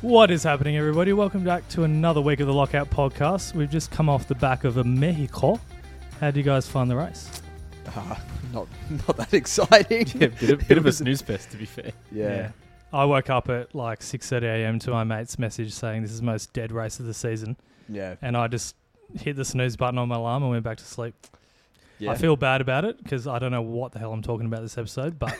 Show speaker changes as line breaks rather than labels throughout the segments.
What is happening, everybody? Welcome back to another week of the Lockout Podcast. We've just come off the back of a Mexico. How do you guys find the race?
Ah, not not that exciting.
Yeah, bit, of, bit of a snooze fest, to be fair.
Yeah.
I woke up at like 6:30 a.m. to my mate's message saying this is the most dead race of the season,
yeah,
and I just hit the snooze button on my alarm and went back to sleep.
yeah.
I feel bad about it because I don't know what the hell I'm talking about this episode, but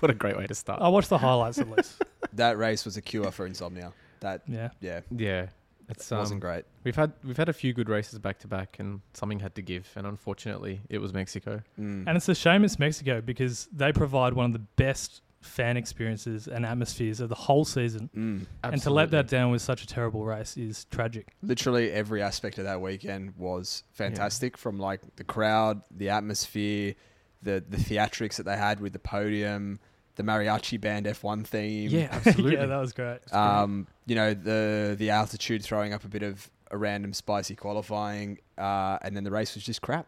What a great way to start.
I watched the highlights at least.
that race was a cure for insomnia. That
Yeah,
yeah,
Yeah, it's um,
wasn't great.
we've had we've had a few good races back to back, and something had to give, and unfortunately, it was Mexico.
Mm.
and it's a shame it's Mexico because they provide one of the best fan experiences and atmospheres of the whole season.
Mm.
And to let that down with such a terrible race is tragic.
Literally every aspect of that weekend was fantastic. From like the crowd, the atmosphere, the the theatrics that they had with the podium, the mariachi band F1 theme.
yeah, absolutely.
yeah, that was great.
Um, you know the the altitude throwing up a bit of a random spicy qualifying, uh, and then the race was just crap.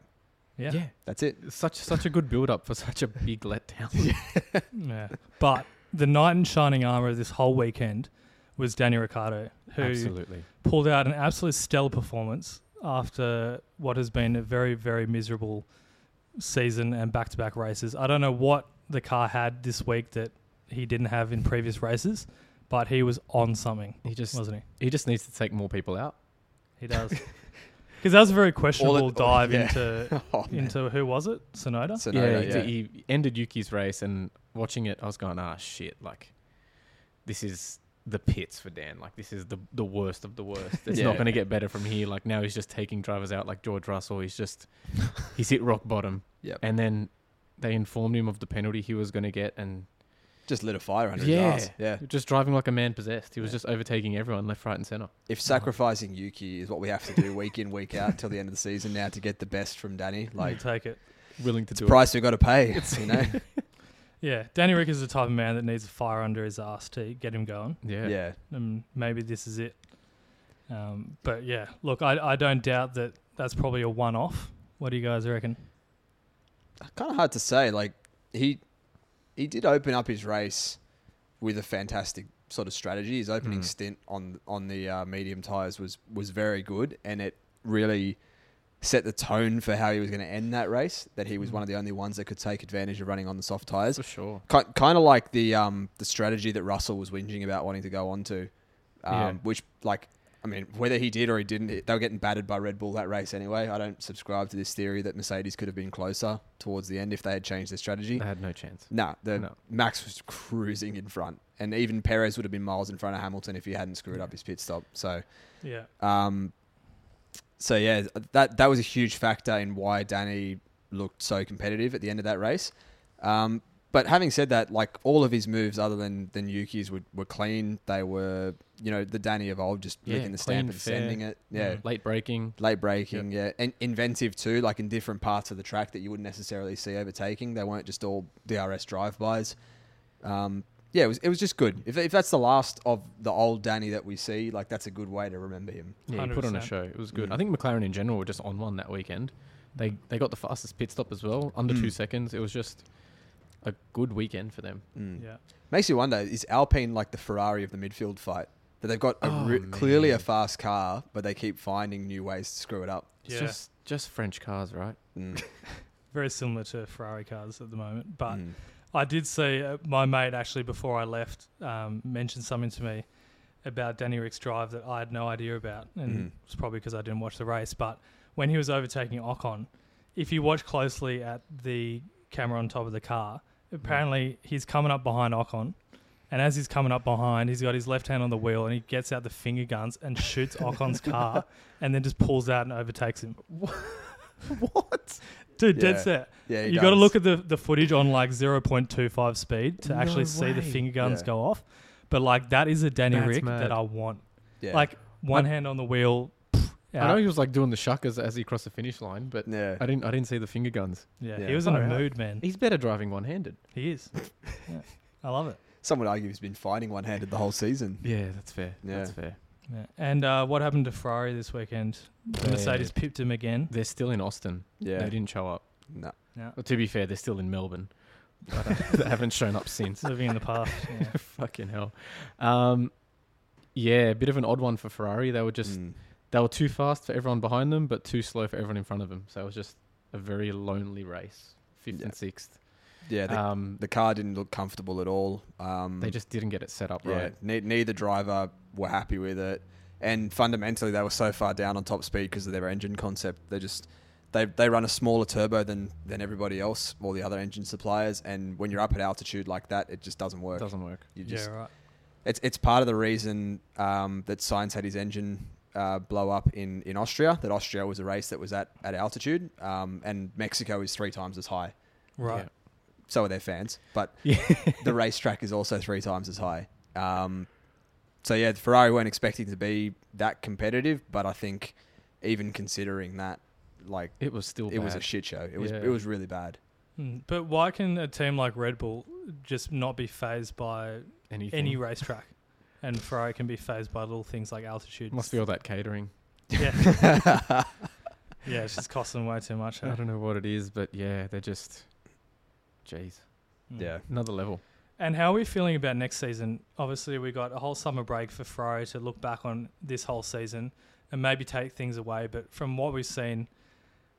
Yeah.
yeah.
yeah.
That's it.
such such a good build up for such a big letdown.
But the knight in shining armor this whole weekend was Danny Ricciardo, who
absolutely.
pulled out an absolute stellar performance after what has been a very, very miserable season and back to back races. I don't know what the car had this week that he didn't have in previous races, but he was on something,
He just
wasn't he?
he just needs to take more people out.
He does. Because that was a very questionable
all-
dive
yeah.
into
Oh, man.
into who was it? Sonoda?
So
yeah,
no, no,
he, he ended Yuki's race, and watching it, I was going, ah, shit, like this is the pits for Dan. Like this is the the worst of the worst. It's
Yeah.
not going to get better from here. Like now he's just taking drivers out, like George Russell. He's just he's hit rock bottom.
Yep.
And then they informed him of the penalty he was going to get, and
just lit a fire under
Yeah.
his ass. Yeah.
just driving like a man possessed. He was just overtaking everyone left, right, and center.
If sacrificing Yuki is what we have to do week in, week out till the end of the season now to get the best from Danny,
Like,
like
take it.
Willing to
it's
do
a
it.
price we've got to pay. you know?
Yeah, Danny Rick is the type of man that needs a fire under his ass to get him going,
Yeah.
yeah. yeah.
and maybe this is it. Um, but yeah, look, I, I don't doubt that that's probably a one-off. What do you guys reckon?
Kind of hard to say. Like he he did open up his race with a fantastic sort of strategy. His opening
Mm.
stint on on the uh, medium tires was was very good and it really set the tone for how he was going to end that race that
Mm.
he was one of the only ones that could take advantage of running on the soft tires.
For sure.
kind of like the um the strategy that Russell was whinging about wanting to go on to, um,
Yeah.
which like I mean whether he did or he didn't, it- they were getting battered by Red Bull that race anyway. I don't subscribe to this theory that Mercedes could have been closer towards the end if they had changed their strategy.
They had no chance.
No, the
No.
Max was cruising in front, and even Perez would have been miles in front of Hamilton if he hadn't screwed up his pit stop. So,
Yeah,
um, so yeah, that that was a huge factor in why Danny looked so competitive at the end of that race. Um, but having said that, like all of his moves other than than Yuki's were, were clean. They were, you know, the Danny of old just
Yeah,
licking the stamp
clean,
and sending it. Yeah.
Late breaking.
Late braking, yeah, and inventive too. Like in different parts of the track that you wouldn't necessarily see overtaking, they weren't just all DRS drive bys. Um, yeah, it was it was just good. If, if that's the last of the old Danny that we see, like that's a good way to remember him.
Yeah, he put on a
100%.
show. It was good.
Mm.
I think McLaren in general were just on one that weekend. They they got the fastest pit stop as well, under two
Mm.
seconds. It was just a good weekend for them.
Mm.
yeah.
Makes you wonder: Is Alpine like the Ferrari of the midfield fight? That they've got a
Oh,
re- clearly a
man.
fast car, but they keep finding new ways to screw it up.
It's
Yeah.
just just French cars, right?
Mm.
Very similar to Ferrari cars at the moment, but
Mm.
I did see uh, my mate actually before I left um, mentioned something to me about Danny Rick's drive that I had no idea about, and
Mhm.
it's probably because I didn't watch the race. But when he was overtaking Ocon, if you watch closely at the camera on top of the car, apparently he's coming up behind Ocon, and as he's coming up behind, he's got his left hand on the wheel and he gets out the finger guns and shoots Ocon's car, and then just pulls out and overtakes him.
What?
Dude, dead
Yeah.
set
yeah,
you got to look at the, the footage on like 0.25 speed to actually
No
see the
way.
finger guns
Yeah.
go off. But like that is a Danny
That's
Rick
mad.
that I want.
Yeah.
Like one
I-
hand on the wheel. Pff,
I
out.
know he was like doing the shuckers as he crossed the finish line, but
yeah.
I didn't I didn't see the finger guns.
yeah,
Yeah.
he was in a
Far out.
mood, man.
He's better driving one handed.
He is. Yeah. I love it.
Some would argue he's been fighting one-handed the whole season.
Yeah, that's fair.
Yeah.
That's fair.
Yeah. And uh, what happened to Ferrari this weekend?
They-
Mercedes pipped him again.
They're still in Austin.
Yeah,
They didn't show up.
no.
Yeah.
Well, to be fair, they're still in Melbourne. But, uh, they haven't shown up since.
Living in the past. Yeah.
Fucking hell. Um, Yeah, a bit of an odd one for Ferrari. They were just
Mm.
they were too fast for everyone behind them, but too slow for everyone in front of them. So it was just a very lonely race, fifth
Yeah.
and sixth.
yeah, the,
um,
the car didn't look comfortable at all. Um,
they just didn't get it set up
yeah,
right.
ne- neither driver were happy with it, and fundamentally they were so far down on top speed because of their engine concept. They just they they run a smaller turbo than than everybody else, all the other engine suppliers, and when you're up at altitude like that, it just doesn't work.
It doesn't work.
You just,
yeah, right.
It's it's part of the reason um, that Science had his engine uh, blow up in, in Austria. That Austria was a race that was at at altitude, um, and Mexico is three times as high.
Right.
So are their fans, but
Yeah.
the racetrack is also three times as high. Um, so yeah, the Ferrari weren't expecting to be that competitive, but I think even considering that, like
It was still
it was a
bad.
shit show. It was
Yeah.
it was really bad.
Mm, But why can a team like Red Bull just not be phased by
Anything.
any racetrack? And Ferrari can be phased by little things like altitude.
Must be all that catering.
Yeah, yeah, it's just costing way too much. eh?
I don't know what it is, but yeah, they're just, jeez,
Mm.
yeah,
another level.
And how are we feeling about next season? Obviously, we got a whole summer break for Ferrari to look back on this whole season and maybe take things away. But from what we've seen,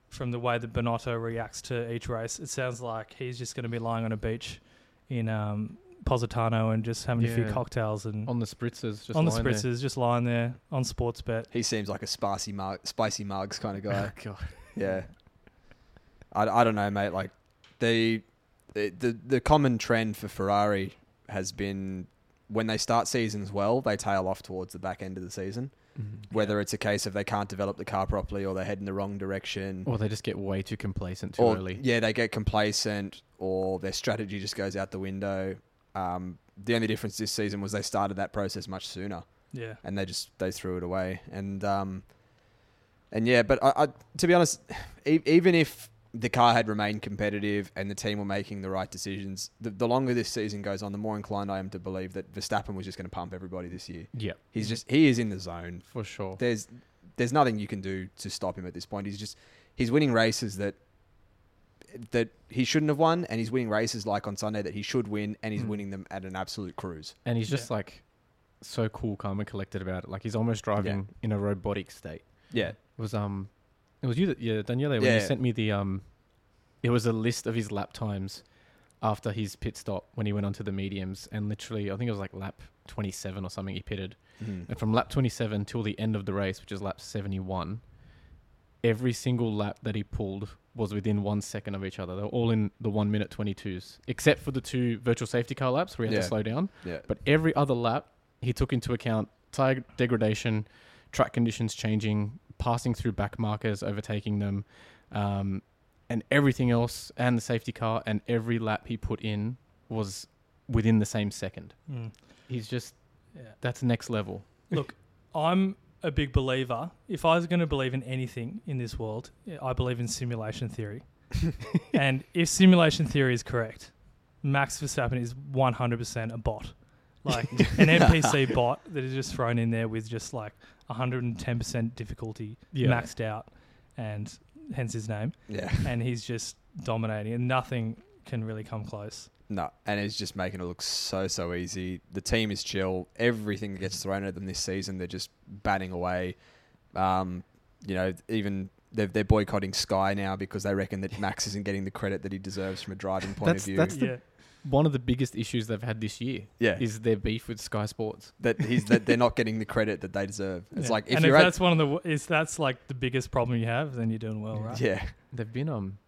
from the way that Bonotto reacts to each race, it sounds like he's just going to be lying on a beach in um, Positano and just having a few
Yeah.
cocktails and on,
On the spritzers,
the
just lying there.
spritzers, just lying there on sports bet.
he seems like a spicy mug, spicy mugs kind of guy.
Oh, God.
yeah, I, I don't know, mate. Like the, the the the common trend for Ferrari has been when they start seasons well, they tail off towards the back end of the season. whether it's a case of they can't develop the car properly or they head in the wrong direction
Or they just get way too complacent too
or
early.
yeah they get complacent or their strategy just goes out the window um, the only difference this season was they started that process much sooner
Yeah,
and they just they threw it away and um, and yeah but I, I to be honest e- even if the car had remained competitive and the team were making the right decisions the, the longer this season goes on the more inclined I am to believe that Verstappen was just going to pump everybody this year
Yeah,
he's just he is in the zone
for sure.
there's there's nothing you can do to stop him at this point. He's just he's winning races that that he shouldn't have won, and he's winning races like on Sunday that he should win, and he's
Mm.
winning them at an absolute cruise.
And he's just like so cool, calm, and collected about it. Like he's almost driving in a robotic state.
Yeah,
It was um, it was you that yeah Daniele when
Yeah.
you sent me the um, it was a list of his lap times after his pit stop when he went onto the mediums and literally I think it was like lap 27 or something he pitted
Hmm.
and from lap 27 till the end of the race which is lap 71 every single lap that he pulled was within one second of each other they were all in the 1 minute 22s except for the two virtual safety car laps where he had
Yeah.
to slow down
yeah,
but every other lap, he took into account tire degradation, track conditions changing, passing through back markers, overtaking them, um, and everything else, and the safety car, and every lap he put in was within the same second.
Mm.
He's just,
yeah.
that's next level.
Look, I'm a big believer. If I was going to believe in anything in this world, I believe in simulation theory. and if simulation theory is correct, Max Verstappen is 100% a bot. Like an NPC bot that is just thrown in there with just like 110% difficulty
Yeah.
maxed out and hence his name.
yeah.
And he's just dominating and nothing can really come close.
No, and it's just making it look so so easy. The team is chill. Everything that gets thrown at them this season, they're just batting away. Um, you know, even they're, they're boycotting Sky now because they reckon that Max isn't getting the credit that he deserves from a driving point
That's-
of view.
that's- It's the-
yeah.
One of the biggest issues they've had this year
yeah,
is their beef with Sky Sports.
that he's that they're not getting the credit that they deserve. It's
Yeah.
like if
and
you're
if
at
that's one of the w- is that's like the biggest problem you have, then you're doing well, right?
yeah
They've been, um,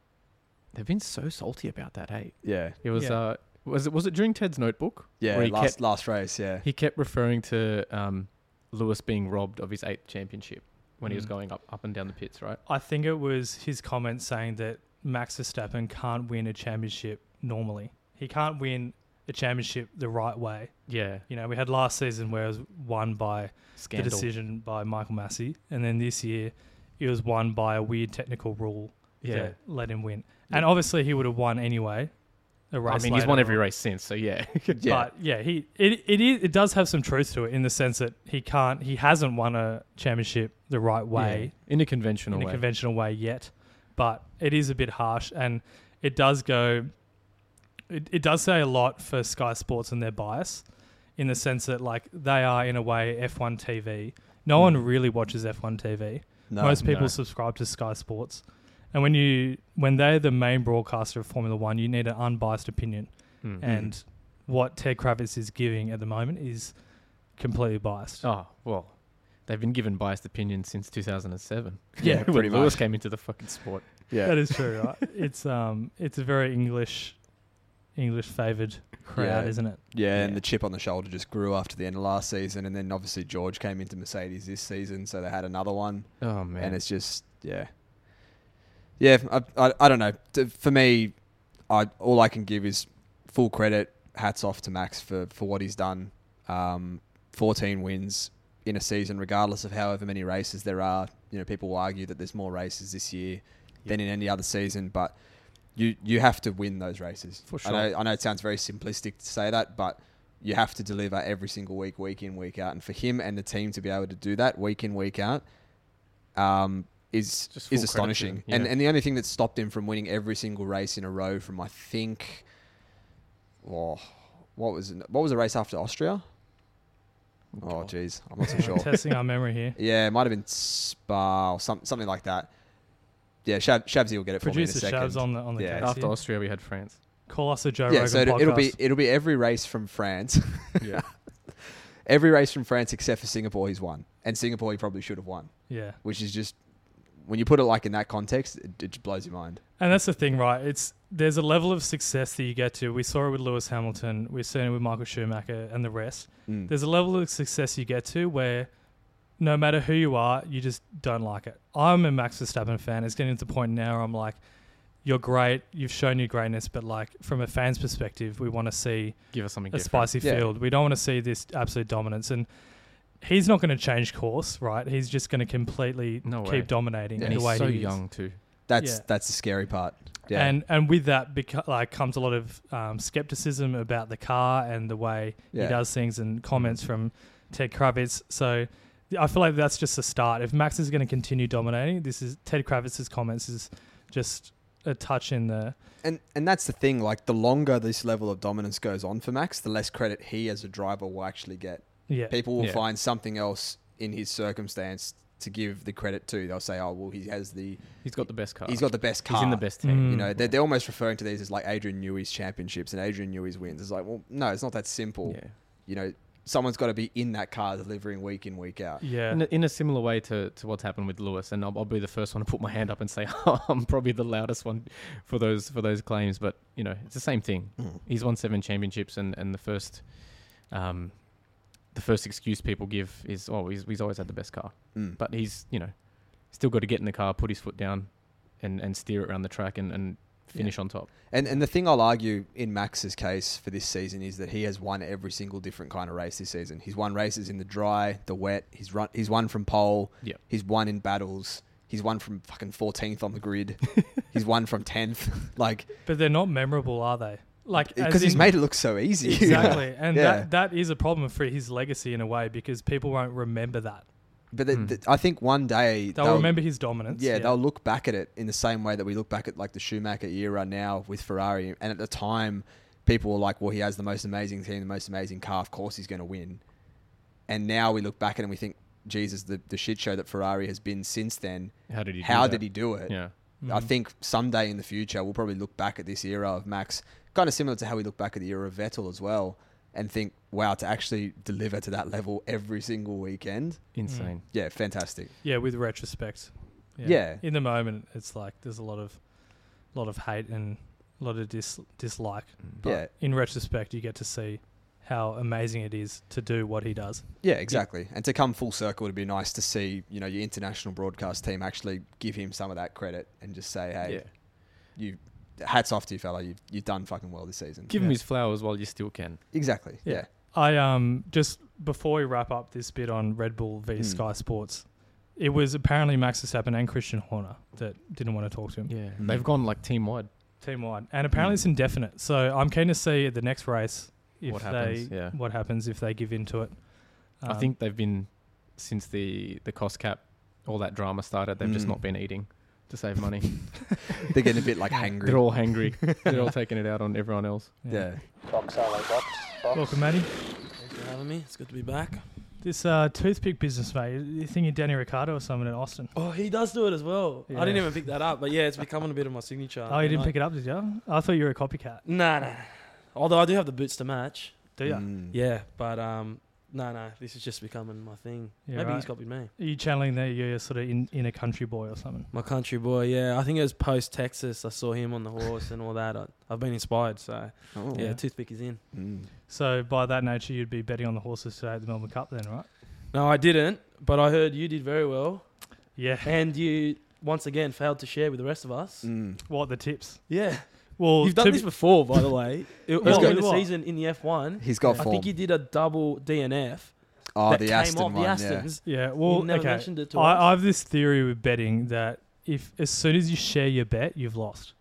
they've been so salty about that, hey?
yeah
It was,
Yeah.
uh, was it, was it during Ted's notebook?
yeah
Where he
last
kept-
last race yeah
He kept referring to um, Lewis being robbed of his eighth championship when he was
Mm.
going up, up and down the pits, right?
I think it was his comment saying that Max Verstappen can't win a championship normally. He can't win a championship the right way.
Yeah.
You know, we had last season where it was won by the
Scandal.
decision by Michael Massey, and then this year it was won by a weird technical rule
Yeah.
that let him win. And obviously he would have won anyway. A
I
race
mean, he's won
later
every
on.
race since, so yeah.
yeah
But yeah, he it it is it does have some truth to it in the sense that he can't he hasn't won a championship the right way
Yeah. In a conventional
in
way.
a conventional way yet, but it is a bit harsh and it does go. It, it does say a lot for Sky Sports and their bias, in the sense that like they are in a way F1 TV. No one really watches F1 TV.
No.
Most people
No.
subscribe to Sky Sports, and when you when they're the main broadcaster of Formula One, you need an unbiased opinion.
Mm.
And what Ted Kravitz is giving at the moment is completely biased.
Oh well, they've been given biased opinions since 2007.
Yeah,
when
pretty
Lewis
much.
came into the fucking sport.
yeah.
That is true, right? it's um, it's a very English, English favoured crowd,
Yeah.
isn't it?
Yeah,
Yeah.
and the chip on the shoulder just grew after the end of last season, and then obviously George came into Mercedes this season, so they had another one,
Oh man,
and it's just yeah, yeah. I, I, I don't know. D- For me, I all I can give is full credit, hats off to Max for for what he's done. Um, Fourteen wins in a season, regardless of however many races there are. You know, people will argue that there's more races this year than in any other season, but you you have to win those races.
For
I know, I know it sounds very simplistic to say that, but you have to deliver every single week, week in, week out, and for him and the team to be able to do that week in, week out, um, is
Just full
is
credit to
astonishing.
them, yeah.
And and the only thing that stopped him from winning every single race in a row from I think, oh, what was what was the race after Austria? Oh,
God.
jeez, I'm not so
I'm
sure.
testing our memory here.
Yeah, it might have been Spa or some, something like that. Yeah, Shab, Shabsy will get it
Producer
for me in a second.
Shabs on the on the
Yeah.
case
after
here.
Austria we had France.
Call us a Joe
yeah,
Rogan
so it'll,
podcast.
it'll be it'll be every race from France.
Yeah.
every race from France except for Singapore he's won, and Singapore he probably should have won,
yeah,
which is just when you put it like in that context, it, it just blows your mind.
and that's the thing, right? It's there's a level of success that you get to. We saw it with Lewis Hamilton. We've seen it with Michael Schumacher and the rest.
Mm.
There's a level of success you get to where. No matter who you are, you just don't like it. I'm a Max Verstappen fan. It's getting to the point now where I'm like, you're great. You've shown your greatness, but like from a fan's perspective, we want to see
Give us something
a
different.
spicy
Yeah.
field. We don't want to see this absolute dominance. And he's not going to change course, right? He's just going to completely
No way.
keep dominating
Yeah.
And
the
he's
way
so
he is.
young too.
That's
yeah.
that's the scary part. Yeah,
And and with that, beca- like comes a lot of um, skepticism about the car and the way
Yeah. Mm-hmm.
he does things, and comments from Ted Kravitz. So th- I feel like that's just the start. If Max is going to continue dominating, this is Ted Kravitz's comments is just a touch in the
and and that's the thing. Like the longer this level of dominance goes on for Max, the less credit he as a driver will actually get.
yeah
people will
Yeah.
find something else in his circumstance to give the credit to. They'll say, "Oh, well, he has the
He's got the best car.
he's got the best car."
Oh, He's in the best team.
Mm.
You know, they're, they're almost referring to these as like Adrian Newey's championships and Adrian Newey's wins. It's like, well, no, it's not that simple.
Yeah.
You know, someone's got to be in that car delivering week in week out.
yeah
In a, in a similar way to, to what's happened with Lewis, and I'll, I'll be the first one to put my hand up and say I'm probably the loudest one for those for those claims. But you know, it's the same thing.
Mm.
He's won seven championships, and, and the first, um, the first excuse people give is oh he's, he's always had the best car,
Mm.
but he's you know still got to get in the car, put his foot down, and, and steer it around the track and, and finish on top.
And and the thing I'll argue in Max's case for this season is that he has won every single different kind of race this season. He's won races in the dry, the wet. He's run. He's won from pole.
Yep.
He's won in battles. He's won from fucking fourteenth on the grid. he's won from tenth. like
but they're not memorable are they like as
because he's
in-
made it look so easy.
Exactly. And
Yeah.
that, that is a problem for his legacy in a way because people won't remember that.
but the,
Hmm.
the- I think one day
They'll, remember his dominance.
Yeah, they'll look back at it in the same way that we look back at like the Schumacher era now with Ferrari. And at the time, people were like, "Well, he has the most amazing team, the most amazing car. Of course, he's going to win." And now we look back at it and we think, "Jesus, the, the shit show that Ferrari has been since then.
How did he? do
How
that?
did he do it?"
Yeah.
Mm.
Mm-hmm.
I think someday in the future we'll probably look back at this era of Max, kind of similar to how we look back at the era of Vettel as well, and think, "Wow, to actually deliver to that level every single weekend,
Hmm.
Insane.
yeah, fantastic."
Yeah, with retrospect.
Yeah.
In the moment, it's like there's a lot of lot of hate and a lot of dis- dislike. But
Yeah.
in retrospect, you get to see how amazing it is to do what he does.
Yeah, exactly. And to come full circle, it'd be nice to see you know your international broadcast team actually give him some of that credit and just say, hey,
Yeah.
you, hats off to you, fella. You've you've done fucking well this season.
Give him
Yeah.
his flowers while you still can.
exactly. Yeah.
Yeah. I um just before we wrap up this bit on Red Bull v
Hmm.
Sky Sports, it was apparently Max Verstappen and Christian Horner that didn't want to talk to him.
Yeah.
Mm.
They've gone like team wide.
team wide, and apparently
Mm.
it's indefinite. So I'm keen to see at the next race if
What happens,
they
yeah.
what happens if they give in to it.
I
Um,
think they've been since the the cost cap, all that drama started. They've just
Mm.
not been eating to save money.
They're getting a bit like hangry.
They're all hangry.
Um,
They're all taking it out on everyone else.
yeah.
Welcome, Maddie.
having me. It's good to be back.
This uh, toothpick business, mate. You're thinking Danny Ricardo or someone in Austin.
Oh, he does do it as well. I didn't
Yeah.
even pick that up, but yeah, it's becoming a bit of my signature.
Oh, you didn't pick it up, did you? I thought you were a copycat.
Nah, nah. nah. Although I do have the boots to match.
Do you?
Mm.
Yeah, but um, no, no. This is just becoming my thing.
Yeah,
Maybe
right.
he's copied me.
Are you channeling that you're sort of in, in a country boy or something?
My country boy. Yeah, I think it was post Texas. I saw him on the horse and all that. I, I've been inspired. So
Oh.
yeah,
Yeah.
toothpick is in.
Mm.
So by that nature, you'd be betting on the horses today at the Melbourne Cup, then, right?
No, I didn't. But I heard you did very well,
Yeah.
and you once again failed to share with the rest of us.
Mm.
What the tips?
Yeah,
Well,
you've done
to
this
be-
before, by the way. It was
What?
during the
What?
season in the F1.
He's got
Yeah.
I
form.
think you did a double DNF
oh,
that
the
came
Aston
off
one.
the
yeah.
Astons.
yeah.
Well,
Well,
never
okay.
mentioned it to us.
I, I have this theory with betting that if as soon as you share your bet, you've lost.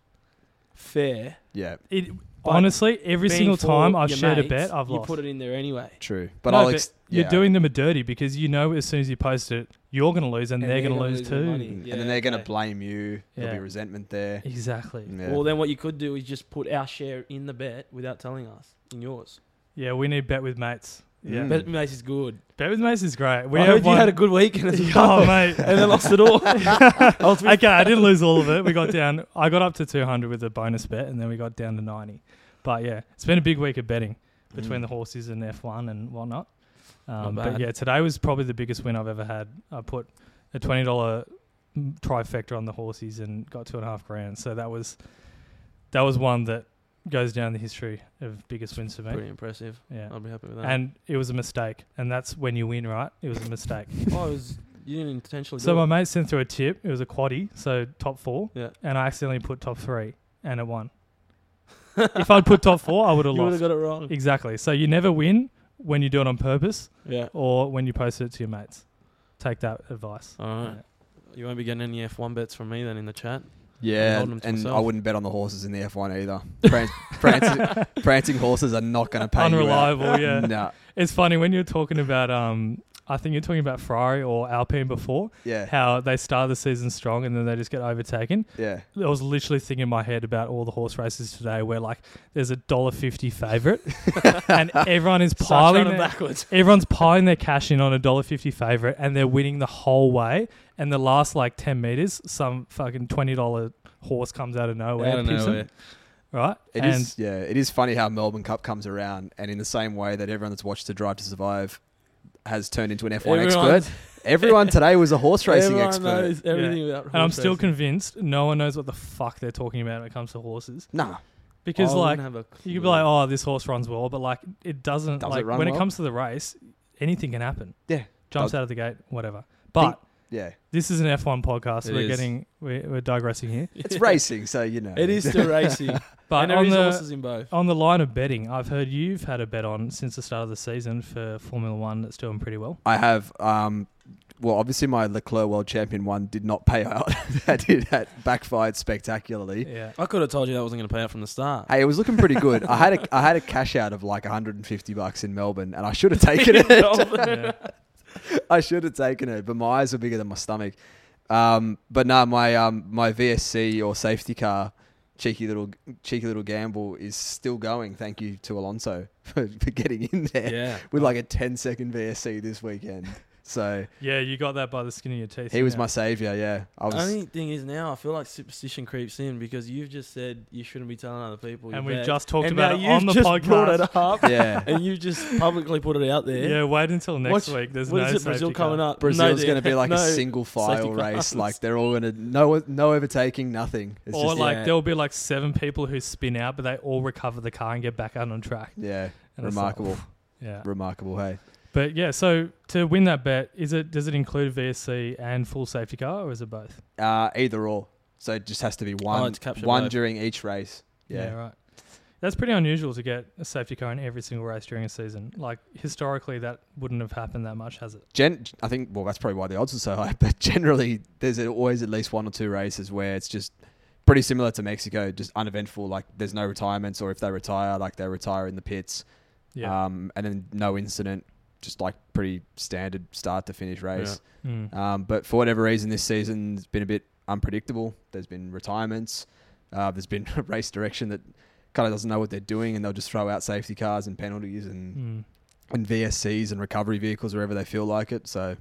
Fair.
yeah,
It
But
honestly, every
Being
single
for
time I've
your
shared a
mates,
bet, I've
you
lost.
put it in there anyway.
true. But
No,
I'll
but
ex-
You're
yeah.
doing them a dirty because you know as soon as you post it, you're going to lose and,
And
they're,
they're
going to
gonna
lose
lose their
too.
money.
Mm.
Yeah,
and then they're gonna
okay.
blame you. There'll
Yeah.
be resentment there.
Exactly.
Yeah.
Well, then what you could do is just put our share in the bet without telling us in yours.
Yeah, we need bet with mates. Yeah,
Mm.
Bet Mace is good.
bet with mates is great. We
I
have
heard you
one-
had a good weekend as well.
oh mate,
and then lost it all.
okay, I didn't lose all of it. We got down. I got up to 200 with a bonus bet, and then we got down to 90. But yeah, it's been a big week of betting between
Mm.
the horses and F1 and whatnot. Um, but
bad.
yeah, today was probably the biggest win I've ever had. I put a twenty dollar trifecta on the horses and got two and a half grand. So that was that was one that goes down in the history of biggest wins for me.
Pretty impressive.
Yeah.
I'll be happy with that.
And it was a mistake, and that's when you win, right? It was a mistake.
oh, it was, you didn't intentionally.
So
do
my
it.
mate sent through a tip. It was a quaddy, so top four.
Yeah.
And I accidentally put top three, and it won. if I'd put top four, I would have
you would
lost.
have got it wrong.
Exactly. So you never win when you do it on purpose
Yeah.
or when you post it to your mates. Take that advice.
All right. You won't be getting any F1 bets from me then in the chat.
Yeah,
holding 'em
and
to
I
myself.
wouldn't bet on the horses in the F1 either. Pran- prancing, prancing horses are not going to pay
Unreliable,
you
yeah.
out. Nah,
It's funny when you're talking about um. I think you're talking about Ferrari or Alpine before,
yeah,
how they start the season strong and then they just get overtaken.
yeah.
I was literally thinking in my head about all the horse races today where like there's a dollar fifty favorite and everyone is
Start
piling
running
their,
backwards.
everyone's piling their cash in on a dollar fifty favorite and they're winning the whole way and the last like ten meters some fucking twenty dollar horse comes out of nowhere
Out of
pips 'em,
nowhere.
right
It
and
is. yeah, it is funny how Melbourne Cup comes around, and in the same way that everyone that's watched the Drive to Survive has turned into an F1
Everyone's-
expert, everyone today was a horse racing
Everyone
expert.
knows everything about
and I'm
horse
still
racing.
convinced no one knows what the fuck they're talking about when it comes to horses
Nah,
because
I wouldn't
like
Oh, have a
you could be
clue.
like oh this horse runs well but like it doesn't
Does it
like
run
when it
well?
comes to the race anything can happen
Yeah.
jumps
Does-
out of the gate whatever but
yeah,
This is an F1 podcast.
It
we're
is.
getting we're, we're digressing here.
it's racing, so you know
It is still racing.
But
and there
on
is
the
horses in both.
on the line of betting, I've heard you've had a bet on since the start of the season for Formula One that's doing pretty well.
I have. Um, well, obviously, my Leclerc World Champion one did not pay out. that did that backfired spectacularly.
Yeah.
I could have told you that wasn't going to pay out from the start.
Hey, it was looking pretty good. I had a I had a cash out of like 150 bucks in Melbourne, and I should have taken it.
yeah.
I should have taken it, but my eyes were bigger than my stomach. Um, but no, my um, my VSC or safety car, cheeky little cheeky little gamble is still going. Thank you to Alonso for, for getting in there
yeah.
with like a 10 second VSC this weekend. So
Yeah, you got that by the skin of your teeth.
he was
yeah.
my savior. Yeah, I
The
was.
only thing is now I feel like superstition creeps in because you've just said you shouldn't be telling other people.
And
your
we've
bet.
just talked
And
about
now
it on
you've
the
just Brought
podcast.
it up,
Yeah.
and you just publicly put it out there.
Yeah, wait until next
Watch-
week. There's
What
no
is it? Brazil
safety car.
coming up.
Brazil's
No,
going to be like
no.
a single file
safety
race.
cars.
Like they're all going to no no overtaking, nothing. It's
Or
just
like
yeah.
there'll be like seven people who spin out, but they all recover the car and get back out on track.
yeah,
And it's like,
remarkable,
yeah.
remarkable. Hey,
But yeah, so to win that bet, is it does it include VSC and full safety car, or is it both?
uh, either or. So it just has to be one
Oh, it's captured
one
both.
during each race. Yeah,
right. That's pretty unusual to get a safety car in every single race during a season. Like historically, that wouldn't have happened that much, has it?
Gen- I think well that's probably why the odds are so high. But generally, there's always at least one or two races where it's just pretty similar to Mexico, just uneventful. Like there's no retirements, or if they retire, like they retire in the pits.
Yeah.
Um, and then no incident, just like pretty standard start to finish race.
Mm.
Um, but for whatever reason, this season's been a bit unpredictable. There's been retirements. Uh, there's been a race direction that kind of doesn't know what they're doing, and they'll just throw out safety cars and penalties, and
Mm.
and VSCs and recovery vehicles wherever they feel like it. So,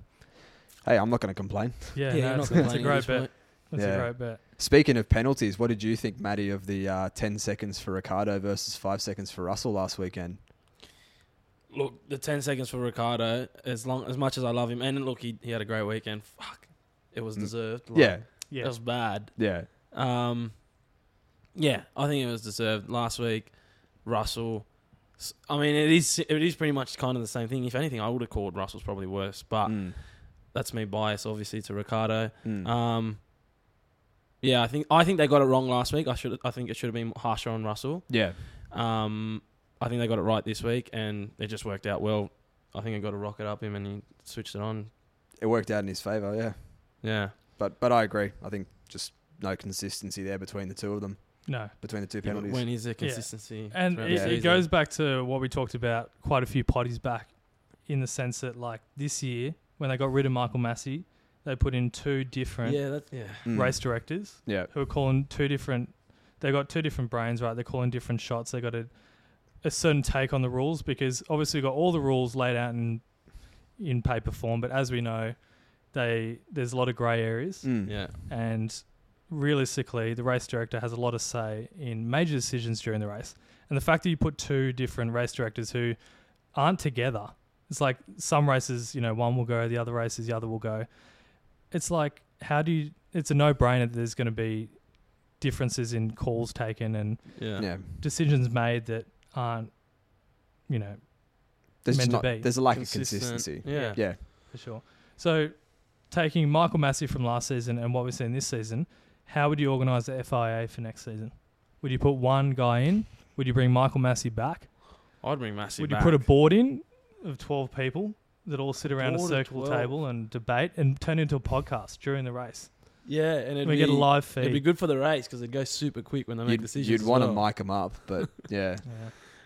hey, I'm not going to complain.
Yeah,
you're
no,
not
it's, it's a
complaining at
great
this
bet.
point.
It's
Yeah.
a great bet.
Speaking of penalties, what did you think, Matty, of the uh, 10 seconds for Ricardo versus 5 seconds for Russell last weekend?
Look, the ten seconds for Ricardo. As long as much as I love him, and look, he, he had a great weekend. Fuck, it was
Mm.
deserved.
Yeah.
Yeah,
it was bad.
Yeah.
Um, yeah, I think it was deserved last week. Russell, s- I mean, it is it is pretty much kind of the same thing. If anything, I would have called Russell's probably worse, but
Mm.
that's me biased, obviously, to Ricardo.
Mm.
Um, yeah, I think I think they got it wrong last week. I should I think it should have been harsher on Russell.
yeah.
Um, I think they got it right this week, and it just worked out well. I think I got to rocket up him, and he switched it on.
It worked out in his favour, yeah.
Yeah,
But but I agree. I think just no consistency there between the two of them,
no.
between the two
Yeah, but
penalties.
when is the consistency?
And
throughout
it,
the
it
season?
goes back to what we talked about quite a few potties back in the sense that, like, this year, when they got rid of Michael Massey, they put in two different
Yeah, that's yeah.
Mm.
race directors
Yeah.
who are calling two different. They got two different brains, right? They're calling different shots. They got a, a certain take on the rules because obviously we've got all the rules laid out in in paper form, but as we know, they there's a lot of grey areas,
Mm.
Yeah,
and realistically, the race director has a lot of say in major decisions during the race. And the fact that you put two different race directors who aren't together, it's like some races, you know, one will go, the other races, the other will go. It's like, how do you, it's a no brainer that there's going to be differences in calls taken and
yeah,
Yeah.
decisions made that aren't, you know,
There's,
Meant
just
to
not,
be.
there's a lack
Consistent.
of consistency.
Yeah.
Yeah.
for sure. So, taking Michael Massey from last season and what we've seen this season, how would you organise the FIA for next season? Would you put one guy in? Would you bring Michael Massey back?
I'd bring Massey.
would
back.
you put a board in of 12 people that all sit around a
Board of
circle
12?
table and debate and turn into a podcast during the race?
Yeah, and it'd
we
be,
get a live
It'd be
feed.
good for the race because it'd go super quick when they make
You'd,
decisions.
you'd
as
want
well.
to mic them up, but yeah.
Yeah.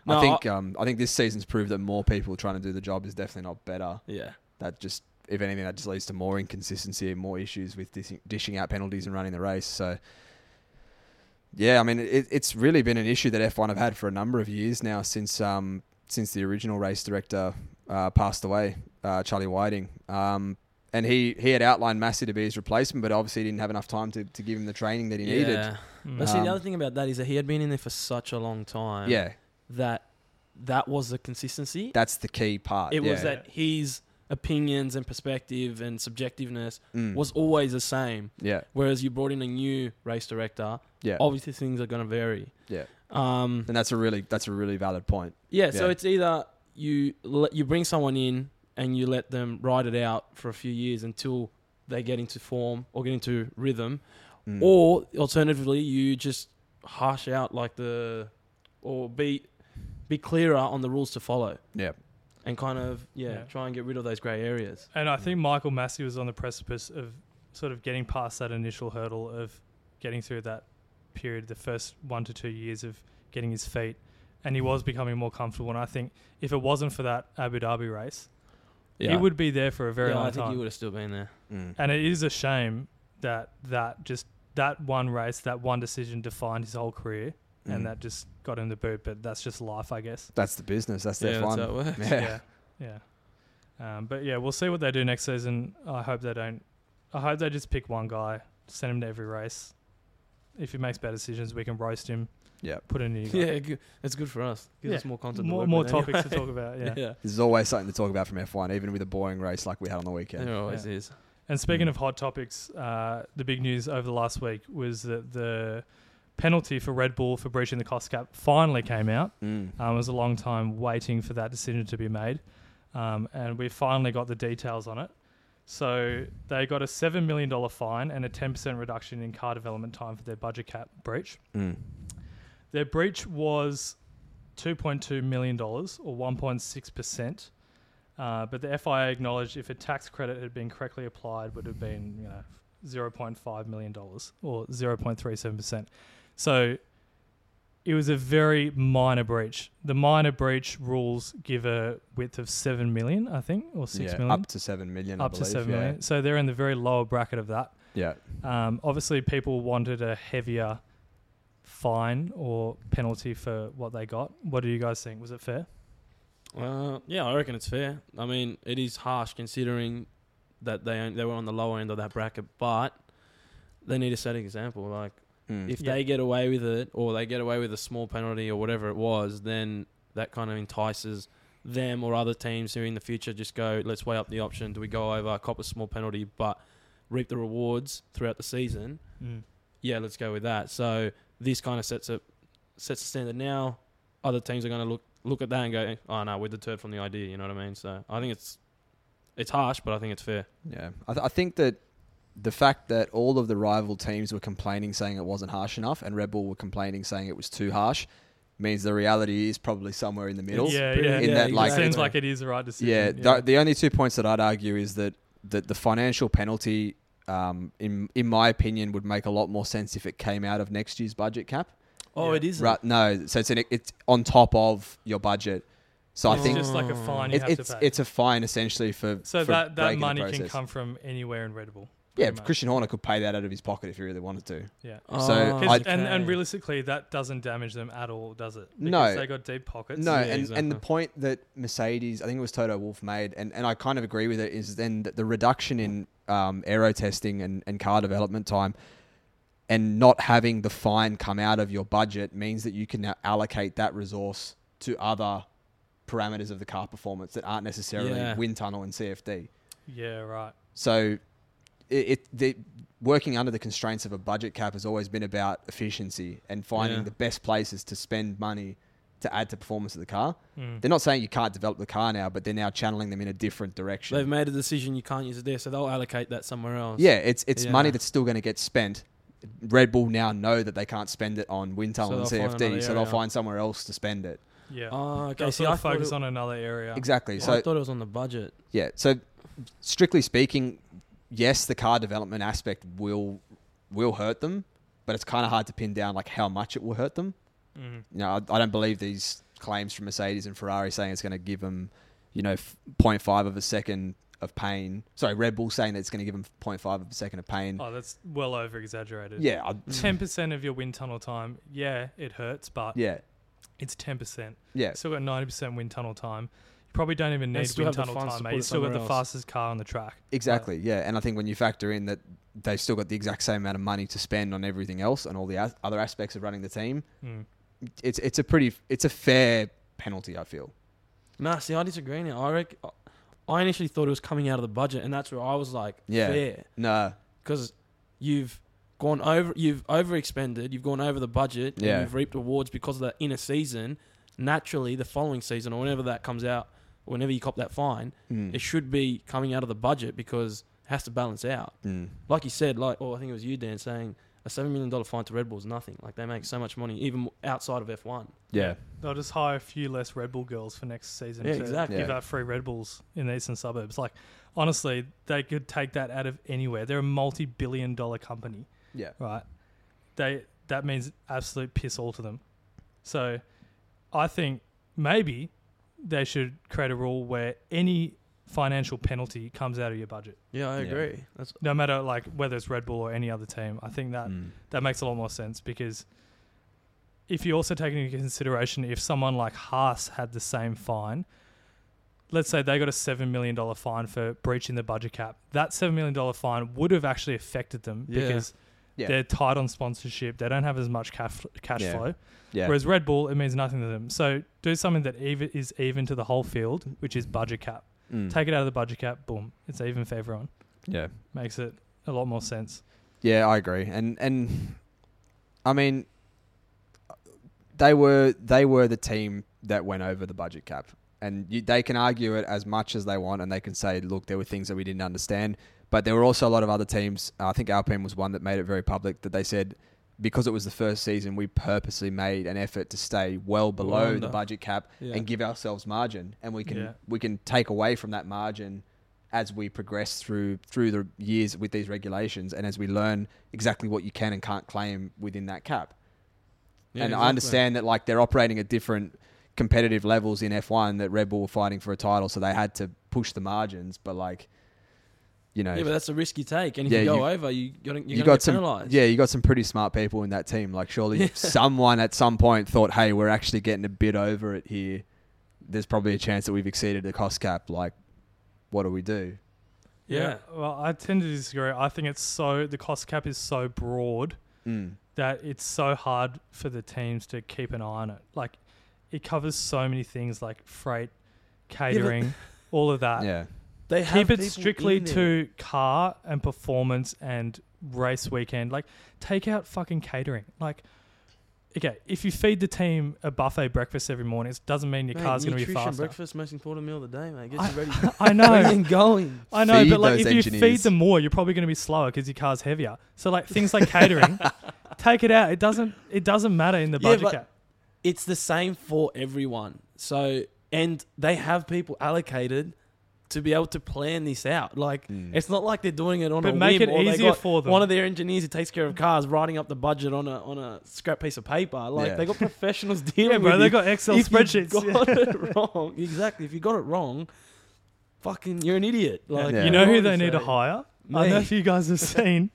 No,
I think um, I think this season's proved that more people trying to do the job is definitely not better.
Yeah,
That just, if anything, that just leads to more inconsistency and more issues with dis- dishing out penalties and running the race. So, yeah, I mean, it, it's really been an issue that F1 have had for a number of years now since um, since the original race director uh, passed away, uh, Charlie Whiting. Um, and he, he had outlined Massey to be his replacement, but obviously he didn't have enough time to, to give him the training that he
yeah.
needed.
Mm.
But see,
Um,
the other thing about that is that he had been in there for such a long time.
Yeah,
that that was the consistency.
that's the key part.
it
Uh, yeah.
was that his opinions and perspective and subjectiveness
Mm.
was always the same.
yeah,
Whereas you brought in a new race director,
yeah.
obviously things are going to vary.
Yeah.
Um.
And that's a really that's a really valid point.
Yeah, So
Yeah.
it's either you let, you bring someone in and you let them ride it out for a few years until they get into form or get into rhythm,
Mm.
Or alternatively, you just harsh out like the, or be, be clearer on the rules to follow.
Yeah.
And kind of yeah,
Yeah.
try and get rid of those grey areas.
And I think Michael Massey was on the precipice of sort of getting past that initial hurdle of getting through that period, the first one to two years of getting his feet. And he was becoming more comfortable. And I think if it wasn't for that Abu Dhabi race, he would be there for a very
Yeah,
long
I think
time.
he would have still been there.
Mm.
And it is a shame that that just that one race, that one decision defined his whole career.
Mm.
And that just got him the boot. But that's just life, I guess.
that's the business. That's their
yeah, uh,
fun.
that's how it works.
yeah.
yeah. yeah. Um, but yeah, we'll see what they do next season. I hope they don't. I hope they just pick one guy, send him to every race. If he makes bad decisions, we can roast him.
Yeah.
Put in a new guy.
Yeah, good. it's good for us. Gives
Yeah.
us more content. to
more
work
more
with
topics to
anyway.
talk about. Yeah.
yeah.
There's always something to talk about from F1, even with a boring race like we had on the weekend.
There always
Yeah.
is.
And speaking
Mm.
of hot topics, uh, the big news over the last week was that the penalty for Red Bull for breaching the cost cap finally came out.
Mm.
Um, it was a long time waiting for that decision to be made. Um, and we finally got the details on it. So they got a $7 million fine and a 10% reduction in car development time for their budget cap breach.
Mm.
Their breach was $2.2 million or 1.6%. Uh, but the FIA acknowledged if a tax credit had been correctly applied, would have been you know $0.5 million or 0.37%. So it was a very minor breach. The minor breach rules give a width of 7 million, I think, or six
Yeah,
million,
Up to seven million. I
up to
believe,
seven million.
yeah.
So they're in the very lower bracket of that.
Yeah.
Um, obviously, people wanted a heavier fine or penalty for what they got. What do you guys think? Was it fair?
Uh, yeah, I reckon it's fair. I mean, it is harsh considering that they on- they were on the lower end of that bracket, but they need to set an example. Like
Mm.
if
Yeah.
they get away with it, or they get away with a small penalty or whatever it was, then that kind of entices them or other teams who in the future just go, let's weigh up the option. Do we go over, cop a small penalty, but reap the rewards throughout the season?
Mm.
yeah, let's go with that. So this kind of sets up sets the standard now. Other teams are going to look look at that and go, oh no, we're deterred from the idea. You know what I mean? So I think it's it's harsh, but I think it's fair.
Yeah, I, th- I think that the fact that all of the rival teams were complaining saying it wasn't harsh enough, and Red Bull were complaining saying it was too harsh, means the reality is probably somewhere in the middle.
Yeah,
pretty-
yeah.
in that, like-
it seems like it is the right decision.
Yeah, The, the only two points that I'd argue is that that the financial penalty, um, in in my opinion, would make a lot more sense if it came out of next year's budget cap.
Oh, it
is.
Right? No, so it's an, it's on top of your budget. So
it's
I think
just like a
Oh.
fine you
it,
have
it's
to pay.
it's a fine essentially for
so
for
that,
breaking
that
the
money can
process.
come from anywhere in Red Bull.
Yeah,
pretty much.
Christian Horner could pay that out of his pocket if he really wanted to.
Yeah.
Oh,
So,
'Cause-
I'd-
and, and realistically, that doesn't damage them at all, does it?
No.
Because they got deep pockets.
No,
Yeah,
and, and the
exactly.
point that Mercedes, I think it was Toto Wolf made, and, and I kind of agree with it, is then that the reduction in um, aero testing and, and car development time and not having the fine come out of your budget means that you can now allocate that resource to other parameters of the car performance that aren't necessarily
Yeah.
wind tunnel and CFD.
Yeah, right.
So it, it the working under the constraints of a budget cap has always been about efficiency and finding
Yeah.
the best places to spend money to add to performance of the car.
Mm.
They're not saying you can't develop the car now, but they're now channeling them in a different direction.
they've made a decision you can't use it there, so they'll allocate that somewhere else.
yeah, it's it's money
Yeah.
that's still going to get spent. Red Bull now know that they can't spend it on wind tunnel
they'll
and
find
CFD,
another
so they'll
area.
find somewhere else to spend it.
Yeah.
Oh, okay.
They'll
See,
sort
I
of
focus
focus
it, on.
on another area.
Exactly.
So, I
So
thought it was on the budget.
yeah, so strictly speaking, yes, the car development aspect will will hurt them, but it's kind of hard to pin down like how much it will hurt them.
Mm.
you know, I, I don't believe these claims from Mercedes and Ferrari saying it's going to give them, you know, f- 0.5 of a second of pain. Sorry, Red Bull saying that it's going to give them 0.5 of a second of pain.
Oh, that's well over exaggerated.
yeah, I,
Ten percent of your wind tunnel time. Yeah, it hurts, but
yeah,
it's ten percent.
yeah,
Still got ninety percent wind tunnel time. You probably don't even
And
need
still
wind
have the
tunnel
funds
time,
to
mate.
put
You
it
still got the
somewhere else.
fastest car on the track.
exactly, yeah. And I think when you factor in that they've still got the exact same amount of money to spend on everything else and all the as- other aspects of running the team,
Mm.
it's it's a pretty it's a fair penalty. I feel.
Nah, see, I disagree now. I reckon. I initially thought it was coming out of the budget, and that's where I was like,
Yeah.
fair.
No,
because you've gone over, you've overexpended, you've gone over the budget,
Yeah.
and you've reaped rewards because of that in a season. Naturally, the following season or whenever that comes out, whenever you cop that fine,
Mm.
it should be coming out of the budget because it has to balance out.
Mm.
Like you said, like oh, I think it was you, Dan, saying a seven million dollar fine to Red Bull is nothing. Like they make so much money, even outside of F one.
yeah,
They'll just hire a few less Red Bull girls for next season
Yeah,
to
exactly.
give
Yeah.
out free Red Bulls in the eastern suburbs. Like, honestly, they could take that out of anywhere. They're a multi-billion-dollar company.
yeah,
right? They that means absolute piss all to them. So I think maybe they should create a rule where any financial penalty comes out of your budget.
Yeah, I
Yeah.
agree. That's
No matter like whether it's Red Bull or any other team. I think that
Mm.
that makes a lot more sense because if you also take into consideration if someone like Haas had the same fine, let's say they got a seven million dollar fine for breaching the budget cap, that seven million dollar fine would have actually affected them
Yeah.
because
Yeah.
they're tight on sponsorship. They don't have as much cash cash
Yeah.
flow.
yeah.
Whereas Red Bull, it means nothing to them. So do something that even is even to the whole field, which is budget cap.
Mm.
Take it out of the budget cap, boom, it's even for everyone.
yeah.
Makes it a lot more sense.
Yeah, I agree, and and I mean, they were they were the team that went over the budget cap, and you, they can argue it as much as they want, and they can say, look, there were things that we didn't understand, but there were also a lot of other teams. uh, I think Alpine was one that made it very public that they said because it was the first season, we purposely made an effort to stay well below
under.
the budget cap
yeah.
and give ourselves margin, and we can
Yeah.
we can take away from that margin as we progress through through the years with these regulations, and as we learn exactly what you can and can't claim within that cap.
Yeah,
and
exactly.
I understand that like they're operating at different competitive levels in F1 that Red Bull were fighting for a title, so they had to push the margins, but like you know,
Yeah, but that's a risk you take, and if
Yeah,
you go
you-
over, you you're, gonna-
you
you're gonna
got
get
some
penalized.
yeah you got some pretty smart people in that team like surely
Yeah.
someone at some point thought hey we're actually getting a bit over it here there's probably a chance that we've exceeded the cost cap. Like, what do we do?
Yeah.
Well, I tend to disagree. I think it's so the cost cap is so broad
Mm.
that it's so hard for the teams to keep an eye on it. Like, it covers so many things like freight, catering, all of
Uh,
that.
yeah.
They
Keep it strictly to car and performance and race weekend. Like, take out fucking catering. Like, okay, if you feed the team a buffet breakfast every morning, it doesn't mean your car's going to be faster.
breakfast, most important meal of the day, mate. Get
I-
you ready.
I know.
Everything going.
I know,
Feed
but like
those
if you feed
engineers.
them more, you're probably going to be slower because your car's heavier. So like things like catering, take it out. It doesn't. It doesn't matter in the
Yeah,
budget
but-
cap.
It's the same for everyone. So, and they have people allocated to be able to plan this out. Like,
Mm.
it's not like they're doing it on
But
a
make
whim
it
or they
easier
got
for them.
One of their engineers who takes care of cars writing up the budget on a on a scrap piece of paper. Like
Yeah.
they got professionals dealing
Yeah, bro.
with
They
it.
got Excel
If you
spreadsheets. Yeah.
got it wrong. Exactly. If you got it wrong, fucking, you're an idiot. Like
Yeah.
You know who
what
they
to
need to
say.
hire? I don't know
Me.
if you guys have seen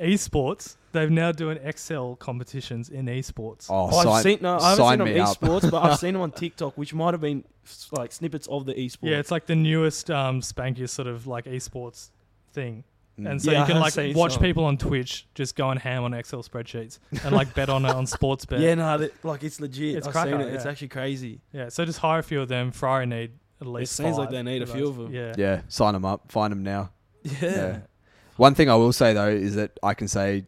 esports. They've now doing Excel competitions in esports.
Oh,
Oh, I've
sign,
seen no, I haven't
sign
seen him
me up.
esports, but I've seen him on TikTok, which might have been s- like snippets of the esports.
Yeah, it's like the newest, um, spankiest sort of like esports thing. And
Mm.
so
Yeah,
you
I
can
have
like
seen
watch
some.
people on Twitch just going ham on Excel spreadsheets and like bet on it on sports bet.
yeah, no, that, like it's legit.
It's
I've seen
cracker,
it. It's
yeah.
actually crazy.
Yeah, so just hire a few of them. Ferrari need at least.
seems like
five
they need a few
those.
of them.
Yeah.
Yeah, sign them up. Find them now.
Yeah,
Yeah. One thing I will say though is that I can say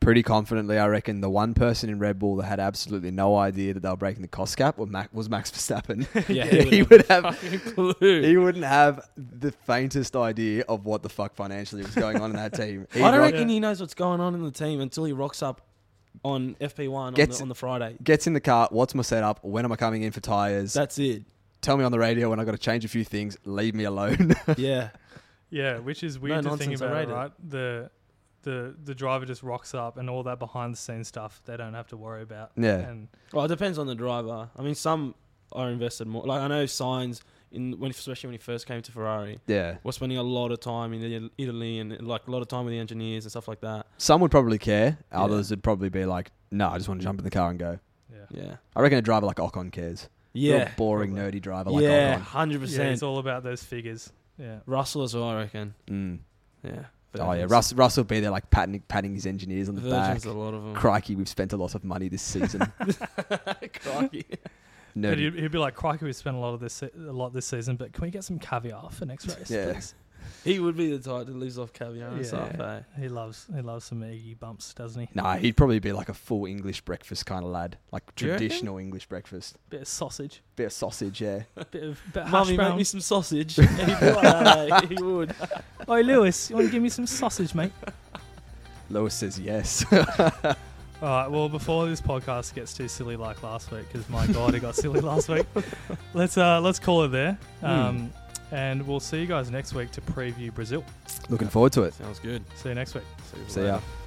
pretty confidently, I reckon the one person in Red Bull that had absolutely no idea that they were breaking the cost cap was Max, was Max Verstappen.
Yeah,
he would have.
fucking clue.
He wouldn't have the faintest idea of what the fuck financially was going on in that team. He
I don't
rock-
reckon he knows what's going on in the team until he rocks up on FP1 on
Gets-
the, on the Friday.
gets in the car. What's my setup? When am I coming in for tires?
That's it.
Tell me on the radio when I got to change a few things. Leave me alone.
Yeah,
Yeah, which is weird to think
nonsense, I
about,
rate it.
right? The the the driver just rocks up and all that behind the scenes stuff they don't have to worry about.
Yeah.
And
Well, it depends on the driver. I mean, some are invested more. Like I know signs in when, especially when he first came to Ferrari,
yeah.
was spending a lot of time in Italy and like a lot of time with the engineers and stuff like that.
Some would probably care.
Yeah.
Others would probably be like, no, I just want to jump in the car and go.
yeah.
Yeah,
I reckon a driver like Ocon cares.
yeah,
Real boring,
probably.
nerdy driver like
yeah,
Ocon.
hundred
yeah, it's
percent.
all about those figures. Yeah.
Russell as well, I reckon.
Mm.
Yeah.
Oh yeah,
Virgin's-
Russell, Russell be there like patting, patting his engineers on the
Virgin's a
back.
lot of them.
Crikey, we've spent a lot of money this season.
Crikey.
But he'd,
Nerdy.
he'd be like, "Crikey, we spent a lot of this se- a lot this season, but can we get some caviar for next race,
Yeah.
please?"
He would be the type that lives off caviar and
Yeah.
stuff. Eh?
He loves he loves some eggy bumps, doesn't he?
Nah, he'd probably be like a full English breakfast kind of lad, like
Do you reckon?
traditional English breakfast.
Bit of sausage,
Bit of sausage, yeah.
bit of bit of hash
Mummy, make
brown.
me some sausage. He'd be like, eh, he would.
Oi, Lewis, you want to give me some sausage, mate?
Lois says yes.
All right. Well, before this podcast gets too silly like last week, because my god, it got silly last week. Let's uh, let's call it there, um, and we'll see you guys next week to preview Brazil.
Looking forward to it.
Sounds good.
See you next week.
See you
See
later.
ya.